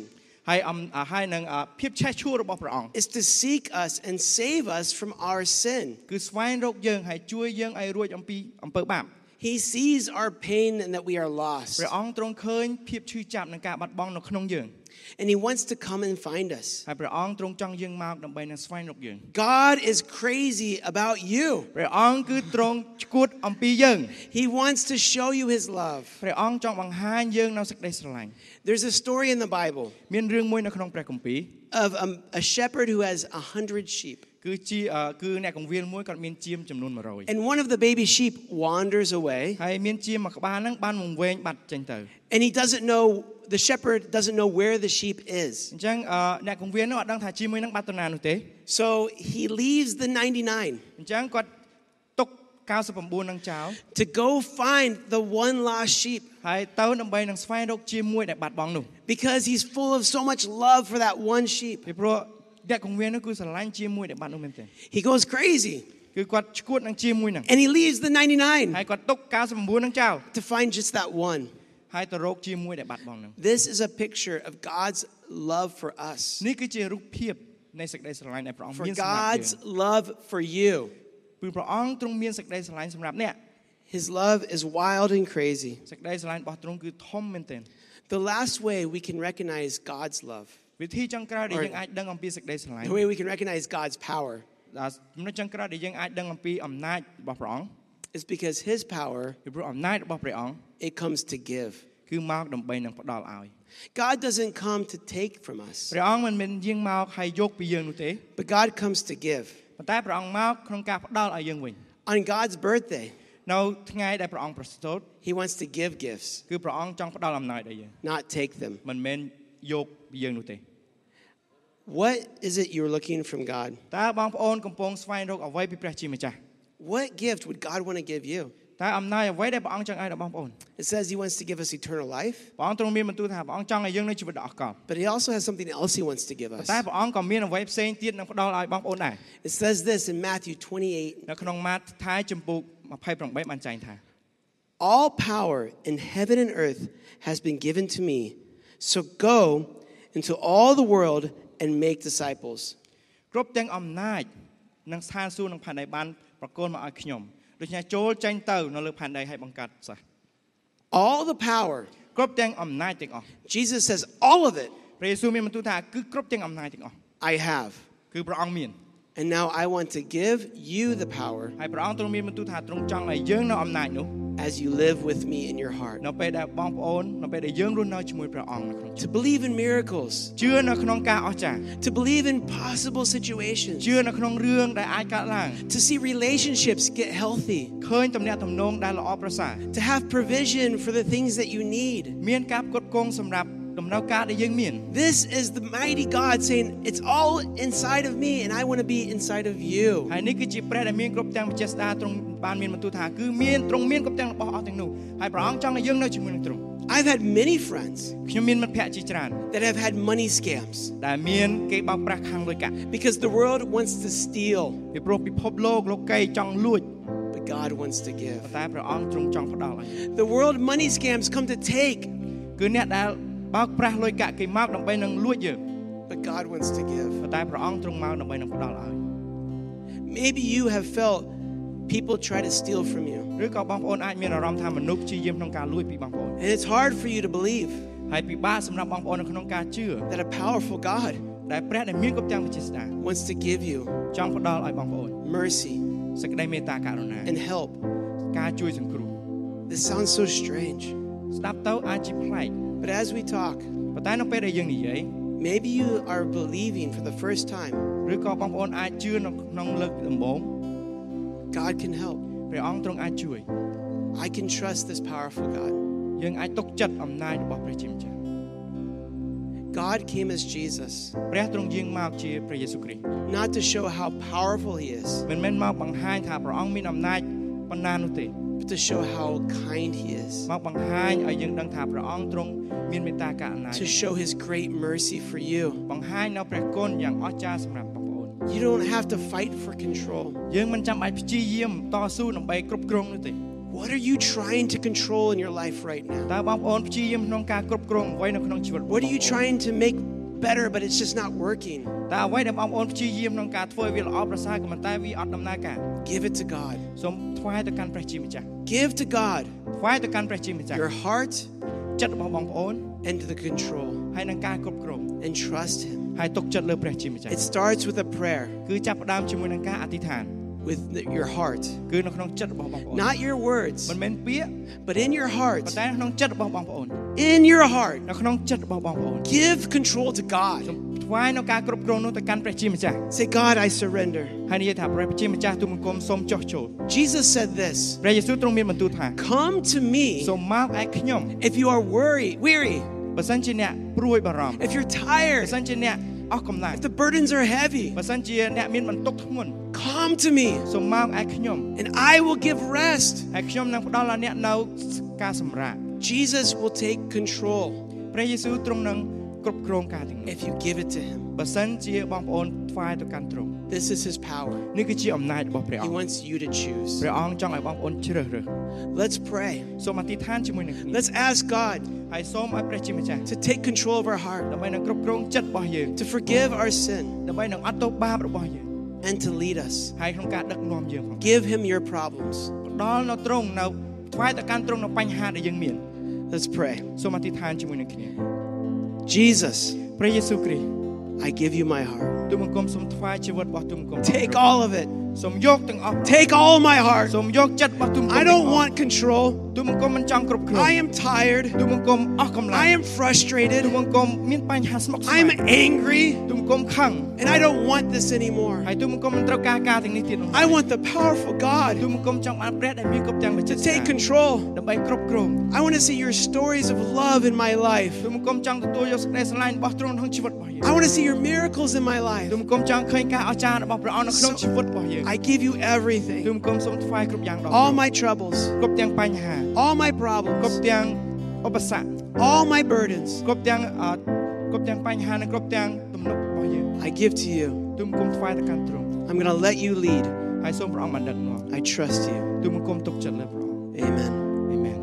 [SPEAKER 3] ហើយអំអ่าហើយនឹងអ่าភាពឆេះឆួលរបស់ព្រះអង្គ
[SPEAKER 2] is to seek us and save us from our sin.
[SPEAKER 3] គឺស្វែងរកយើងហើយជួយយើងឲ្យរួចអំពីអំពើបាប
[SPEAKER 2] He sees our pain and that we are lost,
[SPEAKER 3] ព្រះអង្គទ្រង់ឃើញភាពឈឺចាប់និងការបាត់បង់នៅក្នុងយើង
[SPEAKER 2] and he wants to come and find us.
[SPEAKER 3] ហើយព្រះអង្គទ្រង់ចង់យើងមកដើម្បីនឹងស្វែងរកយើង
[SPEAKER 2] God is crazy about you.
[SPEAKER 3] ព្រះអង្គគឺទ្រង់ឆ្កួតអំពីយើង
[SPEAKER 2] He wants to show you his love.
[SPEAKER 3] ព្រះអង្គចង់បង្ហាញយើងនៅសេចក្តីស្រឡាញ់
[SPEAKER 2] There's a story in the Bible
[SPEAKER 3] មានរឿងមួយនៅក្នុងព្រះគម្ពីរ
[SPEAKER 2] of a, a shepherd who has a hundred sheep,
[SPEAKER 3] គឺជាអឺគឺអ្នកកងវាលមួយគាត់មានជាមចំនួន100
[SPEAKER 2] and one of the baby sheep wanders away,
[SPEAKER 3] ហើយមានជាមមួយក្បាលហ្នឹងបានវង្វេងបាត់ចេញទៅ
[SPEAKER 2] and he doesn't know, the shepherd doesn't know where the sheep is.
[SPEAKER 3] អញ្ចឹងអឺអ្នកកងវាលហ្នឹងអត់ដឹងថាជាមួយហ្នឹងបាត់ទៅណានោះទេ
[SPEAKER 2] So he leaves the 99
[SPEAKER 3] អញ្ចឹងគាត់ទុក 99នឹងចោល
[SPEAKER 2] to go find the one lost sheep
[SPEAKER 3] ហើយទៅដើម្បីនឹងស្វែងរកជាមួយដែលបាត់បង់នោះ
[SPEAKER 2] because he's full of so much love for that one sheep.
[SPEAKER 3] ពីព្រោះអ្នកកងវានោះគឺស្រឡាញ់ជាមួយដែលបាត់នោះមែនទេ
[SPEAKER 2] He goes crazy
[SPEAKER 3] គឺគាត់ឈួតនឹងជាមួយហ្នឹង
[SPEAKER 2] and he leaves the 99
[SPEAKER 3] ហើយគាត់ទុក99នឹងចោល
[SPEAKER 2] to find just that one.
[SPEAKER 3] ហើយទៅរកជាមួយដែលបាត់បង់ហ្នឹង
[SPEAKER 2] This is a picture of God's love for us,
[SPEAKER 3] នេះគឺជារូបភាពនៃសេចក្តីស្រឡាញ់ដែលព្រះអង្គ
[SPEAKER 2] for
[SPEAKER 3] មានសម្រាប់យើ
[SPEAKER 2] God's love for you.
[SPEAKER 3] ងគឺព្រះអង្គទ្រង់មានសេចក្តីស្រឡាញ់សម្រាប់អ្នក
[SPEAKER 2] His love is wild and crazy.
[SPEAKER 3] សេចក្តីស្រឡាញ់របស់ទ្រង់គឺធំមែនទែន
[SPEAKER 2] The last way we can recognize God's love,
[SPEAKER 3] វិធីចុងក្រោយដែល
[SPEAKER 2] Alright.
[SPEAKER 3] យើងអាចដឹងអំពីសេចក្តីស្រឡាញ់
[SPEAKER 2] the way we can recognize God's power,
[SPEAKER 3] ដល់ចំណុចចុងក្រោយដែលយើងអាចដឹងអំពីអំណាចរបស់ព្រះអង្គ
[SPEAKER 2] is because His power,
[SPEAKER 3] ពីព្រោះអំណាចរបស់ព្រះអង្គ
[SPEAKER 2] it comes to give.
[SPEAKER 3] គឺមកដើម្បីនឹងផ្ដល់ឲ្យ
[SPEAKER 2] God doesn't come to take from us,
[SPEAKER 3] ព្រះអង្គមិនមែនយាងមកហើយយកពីយើងនោះទេ
[SPEAKER 2] but God comes to give.
[SPEAKER 3] ប៉ុន្តែព្រះអង្គមកក្នុងការផ្ដល់ឲ្យយើងវិញ
[SPEAKER 2] On God's birthday,
[SPEAKER 3] នៅថ្ងៃដែលព្រះអង្គប្រសូត
[SPEAKER 2] He wants to give gifts,
[SPEAKER 3] គឺព្រះអង្គចង់ផ្ដល់អំណាចដល់យើង
[SPEAKER 2] not take them.
[SPEAKER 3] មិនមែនយកពីយើងនោះទេ
[SPEAKER 2] What is it you're looking from God?
[SPEAKER 3] តើបងប្អូនកំពុងស្វែងរកអ្វីពីព្រះជាម្ចាស់
[SPEAKER 2] What gift would God want to give you?
[SPEAKER 3] តើអំណាចអ្វីដែលព្រះអង្គចង់ឲ្យដល់បងប្អូន
[SPEAKER 2] It says He wants to give us eternal life,
[SPEAKER 3] ព្រះអង្គទ្រង់មានបន្ទូលថាព្រះអង្គចង់ឲ្យយើងនៅជីវិតដ៏អស្ចារ្យ
[SPEAKER 2] but He also has something else He wants to give
[SPEAKER 3] ប៉ុ
[SPEAKER 2] us.
[SPEAKER 3] ន្តែព្រះអង្គក៏មានអ្វីផ្សេងទៀតនឹងផ្ដល់ឲ្យបងប្អូនដែរ
[SPEAKER 2] It says this in Matthew 28
[SPEAKER 3] នៅក្នុងម៉ាថាយចំពុក28បានចែងថា
[SPEAKER 2] All power in heaven and earth has been given to me. So go into all the world and make disciples.
[SPEAKER 3] គ្រប់ទាំងអំណាចនិងស្ថានសួគ៌នឹងផែនដីបានប្រគល់មកឲ្យខ្ញុំដូច្នេះចូលចេញទៅនៅលើផែនដីឲ្យបង្កើតសាសន៍
[SPEAKER 2] All the power.
[SPEAKER 3] គ្រប់ទាំងអំណាចទាំងអស់
[SPEAKER 2] Jesus says, All of it
[SPEAKER 3] ព្រះយេស៊ូវមានបន្ទូលថាគឺគ្រប់ទាំងអំណាចទាំងអស់
[SPEAKER 2] I have.
[SPEAKER 3] គឺព្រះអង្គមាន
[SPEAKER 2] And now I want to give you the power
[SPEAKER 3] ហើយព្រះអង្គទ្រង់មានបន្ទូលថាទ្រង់ចង់ឲ្យយើងនៅអំណាចនោះ
[SPEAKER 2] as you live with me in your heart.
[SPEAKER 3] នៅពេលដែលបងប្អូននៅពេលដែលយើងរស់នៅជាមួយព្រះអង្គនៅក្នុងជីវិត
[SPEAKER 2] To believe in miracles,
[SPEAKER 3] ជឿនៅក្នុងការអស្ចារ្យ
[SPEAKER 2] to believe in possible situations,
[SPEAKER 3] ជឿនៅក្នុងរឿងដែលអាចកើតឡើង
[SPEAKER 2] to see relationships get healthy,
[SPEAKER 3] ឃើញទំនាក់ទំនងដែលល្អប្រសើរ
[SPEAKER 2] to have provision for the things that you need.
[SPEAKER 3] មានការផ្គត់ផ្គង់សម្រាប់ដំណើរការដែលយើងមាន
[SPEAKER 2] This is the mighty God saying, It's all inside of me, and I want to be inside of you.
[SPEAKER 3] ហើយនេះគឺជាព្រះដែលមានគ្រប់ទាំងវិជ្ជស្ដារទ្រង់បានមានបន្ទូលថាគឺមានទ្រង់មានគ្រប់ទាំងរបស់អស់ទាំងនោះហើយព្រះអង្គចង់ឲ្យយើងនៅជាមួយនឹងទ្រង់
[SPEAKER 2] I've had many friends
[SPEAKER 3] ខ្ញុំមានមិត្តភ័ក្តិជាច្រើន
[SPEAKER 2] that have had money scams
[SPEAKER 3] ដែលមានគេបោកប្រាស់ខាងលុយកាក់
[SPEAKER 2] because the world wants to steal,
[SPEAKER 3] ពីព្រោះពិភពលោកលោកីចង់លួច
[SPEAKER 2] but God wants to
[SPEAKER 3] ប៉ុ
[SPEAKER 2] give.
[SPEAKER 3] ន្តែព្រះអង្គទ្រង់ចង់ផ្ដល់ឲ្យ
[SPEAKER 2] The world money scams come to take,
[SPEAKER 3] គឺអ្នកដែលបោកប្រាស់លុយកាក់គេមកដើម្បីនឹងលួចយើង
[SPEAKER 2] but God wants to give.
[SPEAKER 3] ប៉ុន្តែព្រះអង្គទ្រង់មកដើម្បីនឹងផ្ដល់ឲ្យ
[SPEAKER 2] Maybe you have felt people try to steal from you,
[SPEAKER 3] ឬក៏បងប្អូនអាចមានអារម្មណ៍ថាមនុស្សព្យាយាមក្នុងការលួចពីបងប្អូន
[SPEAKER 2] and it's hard for you to believe
[SPEAKER 3] ហើយពិបាកសម្រាប់បងប្អូននៅក្នុងការជឿ
[SPEAKER 2] that a powerful God
[SPEAKER 3] ដែលព្រះដែលមានគ្រប់ទាំងវិជ្ជស្ដារ
[SPEAKER 2] wants to give you
[SPEAKER 3] ចង់ផ្ដល់ឲ្យបងប្អូន
[SPEAKER 2] mercy
[SPEAKER 3] សេចក្តីមេត្តាករុណា
[SPEAKER 2] and help.
[SPEAKER 3] ការជួយសង្គ្រោះ
[SPEAKER 2] This sounds so strange,
[SPEAKER 3] ស្ដាប់ទៅអាចជាប្លែក
[SPEAKER 2] but as we talk,
[SPEAKER 3] ប៉ុន្តែនៅពេលដែលយើងនិយាយ
[SPEAKER 2] maybe you are believing for the first time
[SPEAKER 3] ឬក៏បងប្អូនអាចជឿនៅក្នុងលើកដំបូង
[SPEAKER 2] God can help.
[SPEAKER 3] ព្រះអង្គទ្រង់អាចជួយ
[SPEAKER 2] I can trust this powerful God.
[SPEAKER 3] យើងអាចទុកចិត្តអំណាចរបស់ព្រះជាម្ចាស់
[SPEAKER 2] God came as Jesus,
[SPEAKER 3] ព្រះទ្រង់យាងមកជាព្រះយេស៊ូវគ្រីស្ទ
[SPEAKER 2] not to show how powerful he is,
[SPEAKER 3] មិនមែនមកបង្ហាញថាព្រះអង្គមានអំណាចប៉ុណ្ណានោះទេ
[SPEAKER 2] but to show how kind he is,
[SPEAKER 3] មកបង្ហាញឲ្យយើងដឹងថាព្រះអង្គទ្រង់មានមេត្តាករុណា
[SPEAKER 2] to show his great mercy for you.
[SPEAKER 3] បង្ហាញនៅព្រះគុណយ៉ាងអស្ចារ្យសម្រាប់បងប្អូន
[SPEAKER 2] You don't have to fight for control.
[SPEAKER 3] យើងមិនចាំបាច់ព្យាយាមតស៊ូដើម្បីគ្រប់គ្រងនោះទេ
[SPEAKER 2] What are you trying to control in your life right now?
[SPEAKER 3] តើបងប្អូនព្យាយាមក្នុងការគ្រប់គ្រងអ្វីនៅក្នុងជីវិតរបស់
[SPEAKER 2] What are you
[SPEAKER 3] បងប្អូន
[SPEAKER 2] trying to make better, but it's just not working?
[SPEAKER 3] តើអ្វីដែលបងប្អូនព្យាយាមក្នុងការធ្វើឲ្យវាល្អប្រសើរក៏ប៉ុន្តែវាអត់ដំណើរការ
[SPEAKER 2] Give it to God.
[SPEAKER 3] សូមថ្វាយទៅកាន់ព្រះជាម្ចាស់
[SPEAKER 2] Give to God
[SPEAKER 3] ថ្វាយទៅកាន់ព្រះជាម្ចាស់
[SPEAKER 2] your heart
[SPEAKER 3] ចិត្តរបស់បងប្អូន
[SPEAKER 2] and the control
[SPEAKER 3] ហើយនឹងការគ្រប់គ្រង
[SPEAKER 2] and trust Him.
[SPEAKER 3] ហើយទុកចិត្តលើព្រះជាម្ចាស់
[SPEAKER 2] It starts with a prayer
[SPEAKER 3] គឺចាប់ផ្ដើមជាមួយនឹងការអធិដ្ឋាន
[SPEAKER 2] with the- your heart,
[SPEAKER 3] គឺនៅក្នុងចិត្តរបស់បងប្អូន
[SPEAKER 2] not your words,
[SPEAKER 3] មិនមែនពាក្យ
[SPEAKER 2] but in your
[SPEAKER 3] ប៉ុ
[SPEAKER 2] heart.
[SPEAKER 3] ន្តែនៅក្នុងចិត្តរបស់បងប្អូន
[SPEAKER 2] In your heart,
[SPEAKER 3] នៅក្នុងចិត្តរបស់បងប្អូន
[SPEAKER 2] give control to
[SPEAKER 3] សូម
[SPEAKER 2] God.
[SPEAKER 3] ថ្វាយនៅការគ្រប់គ្រងនោះទៅកាន់ព្រះជាម្ចាស់
[SPEAKER 2] Say, God, I surrender.
[SPEAKER 3] ហើយនិយាយថាព្រះជាម្ចាស់ទូលបង្គំសូមចោះចូល
[SPEAKER 2] Jesus said this
[SPEAKER 3] ព្រះយេស៊ូវទ្រង់មានបន្ទូលថា
[SPEAKER 2] Come to me
[SPEAKER 3] សូមមកឯខ្ញុំ
[SPEAKER 2] if you are worried, weary,
[SPEAKER 3] បើសិនជាអ្នកព្រួយបារម្ភ
[SPEAKER 2] if you're
[SPEAKER 3] បើ
[SPEAKER 2] tired,
[SPEAKER 3] សិនជាអ្នកអស់កម្លាំង
[SPEAKER 2] if the burdens are heavy.
[SPEAKER 3] បើសិនជាអ្នកមានបន្ទុកធ្ងន់
[SPEAKER 2] Come Come to me,
[SPEAKER 3] សូមមកឯខ្ញុំ
[SPEAKER 2] and I will give rest.
[SPEAKER 3] ហើយខ្ញុំនឹងផ្ដល់ឲ្យអ្នកនៅការសម្រាក
[SPEAKER 2] Jesus will take control
[SPEAKER 3] ព្រះយេស៊ូវទ្រង់នឹងគ្រប់គ្រងការទាំងនេះ
[SPEAKER 2] if you give it to him.
[SPEAKER 3] បើសិនជាបងប្អូនថ្វាយទៅកាន់ទ្រង់
[SPEAKER 2] This is his power.
[SPEAKER 3] នេះគឺជាអំណាចរបស់ព្រះអ
[SPEAKER 2] He
[SPEAKER 3] ង្គ
[SPEAKER 2] wants you to choose.
[SPEAKER 3] ព្រះអង្គចង់ឲ្យបងប្អូនជ្រើសរើស
[SPEAKER 2] Let's pray.
[SPEAKER 3] សូមអធិដ្ឋានជាមួយនឹងគ្នា
[SPEAKER 2] Let's ask God
[SPEAKER 3] ហើយសូមឲ្យព្រះជាម្ចាស់
[SPEAKER 2] to take control of our heart,
[SPEAKER 3] ដើម្បីនឹងគ្រប់គ្រងចិត្តរបស់យើង
[SPEAKER 2] to forgive our sin,
[SPEAKER 3] ដើម្បីនឹងអត់ទោសបាបរបស់យើង
[SPEAKER 2] and to lead us.
[SPEAKER 3] ហើយក្នុងការដឹកនាំយើងផង
[SPEAKER 2] Give him your problems.
[SPEAKER 3] ផ្ដល់នៅត្រង់នៅថ្វាយទៅកាន់ត្រង់នៅបញ្ហាដែលយើងមាន
[SPEAKER 2] Let's pray.
[SPEAKER 3] សូមអធិដ្ឋានជាមួយនឹងគ្នា
[SPEAKER 2] Jesus,
[SPEAKER 3] ព្រះយេស៊ូវគ្រីស្ទ
[SPEAKER 2] I give you my heart.
[SPEAKER 3] ទូលបង្គំសូមថ្វាយជីវិតរបស់ទូលបង្គំ
[SPEAKER 2] Take all of it.
[SPEAKER 3] សូមយកទាំងអស់
[SPEAKER 2] Take all my heart.
[SPEAKER 3] សូមយកចិត្តរបស់ទូលបង្គំ
[SPEAKER 2] I don't want control.
[SPEAKER 3] ទូលបង្គំមិនចង់គ្រប់គ្រង
[SPEAKER 2] I am tired.
[SPEAKER 3] ទូលបង្គំអស់កម្លាំង
[SPEAKER 2] I am
[SPEAKER 3] ទូល
[SPEAKER 2] frustrated.
[SPEAKER 3] បង្គំមានបញ្ហាស្មុគស្មា
[SPEAKER 2] I'm
[SPEAKER 3] ញ
[SPEAKER 2] angry.
[SPEAKER 3] ទូលបង្គំខឹង
[SPEAKER 2] And I don't want this anymore.
[SPEAKER 3] ហើយទូលបង្គំមិនត្រូវការការទាំងនេះទៀតនោះ
[SPEAKER 2] I want the powerful
[SPEAKER 3] ទូ
[SPEAKER 2] God
[SPEAKER 3] លបង្គំចង់បានព្រះដែលមានគ្រប់ទាំងវិ
[SPEAKER 2] to
[SPEAKER 3] ចិត្រ
[SPEAKER 2] take control.
[SPEAKER 3] ដើម្បីគ្រប់គ្រង
[SPEAKER 2] I want to see your stories of love in my life.
[SPEAKER 3] ទូលបង្គំចង់ទទួលយកសេចក្តីស្រឡាញ់របស់ទ្រង់ក្នុងជីវិតរបស់យើង
[SPEAKER 2] I want to see your miracles in my
[SPEAKER 3] ទូល
[SPEAKER 2] life.
[SPEAKER 3] បង្គំចង់ឃើញការអស្ចារ្យរបស់ព្រះអង្គនៅក្នុង
[SPEAKER 2] So-
[SPEAKER 3] ជីវិតរបស់យើង
[SPEAKER 2] I give you
[SPEAKER 3] ទូល
[SPEAKER 2] everything
[SPEAKER 3] បង្គំសូមថ្វាយគ្រប់យ៉ាងដល់
[SPEAKER 2] all
[SPEAKER 3] ទ្រង់
[SPEAKER 2] my troubles,
[SPEAKER 3] គ្រប់ទាំងបញ្ហា
[SPEAKER 2] all my
[SPEAKER 3] គ្រប់
[SPEAKER 2] problems,
[SPEAKER 3] ទាំងឧបសគ្គ
[SPEAKER 2] all my burdens.
[SPEAKER 3] គ្រប់ទាំងអឺគ្រប់ទាំងបញ្ហានិងគ្រប់ទាំងទំនុករបស់យើង
[SPEAKER 2] I give to you.
[SPEAKER 3] ទូលបង្គំថ្វាយទៅកាន់ទ្រង់
[SPEAKER 2] I'm going to let you lead.
[SPEAKER 3] ហើយសូមព្រះអង្គបានដឹកនាំ
[SPEAKER 2] I trust you.
[SPEAKER 3] ទូលបង្គំទុកចិត្តលើព្រះអង្គ
[SPEAKER 2] Amen.
[SPEAKER 3] អាមែន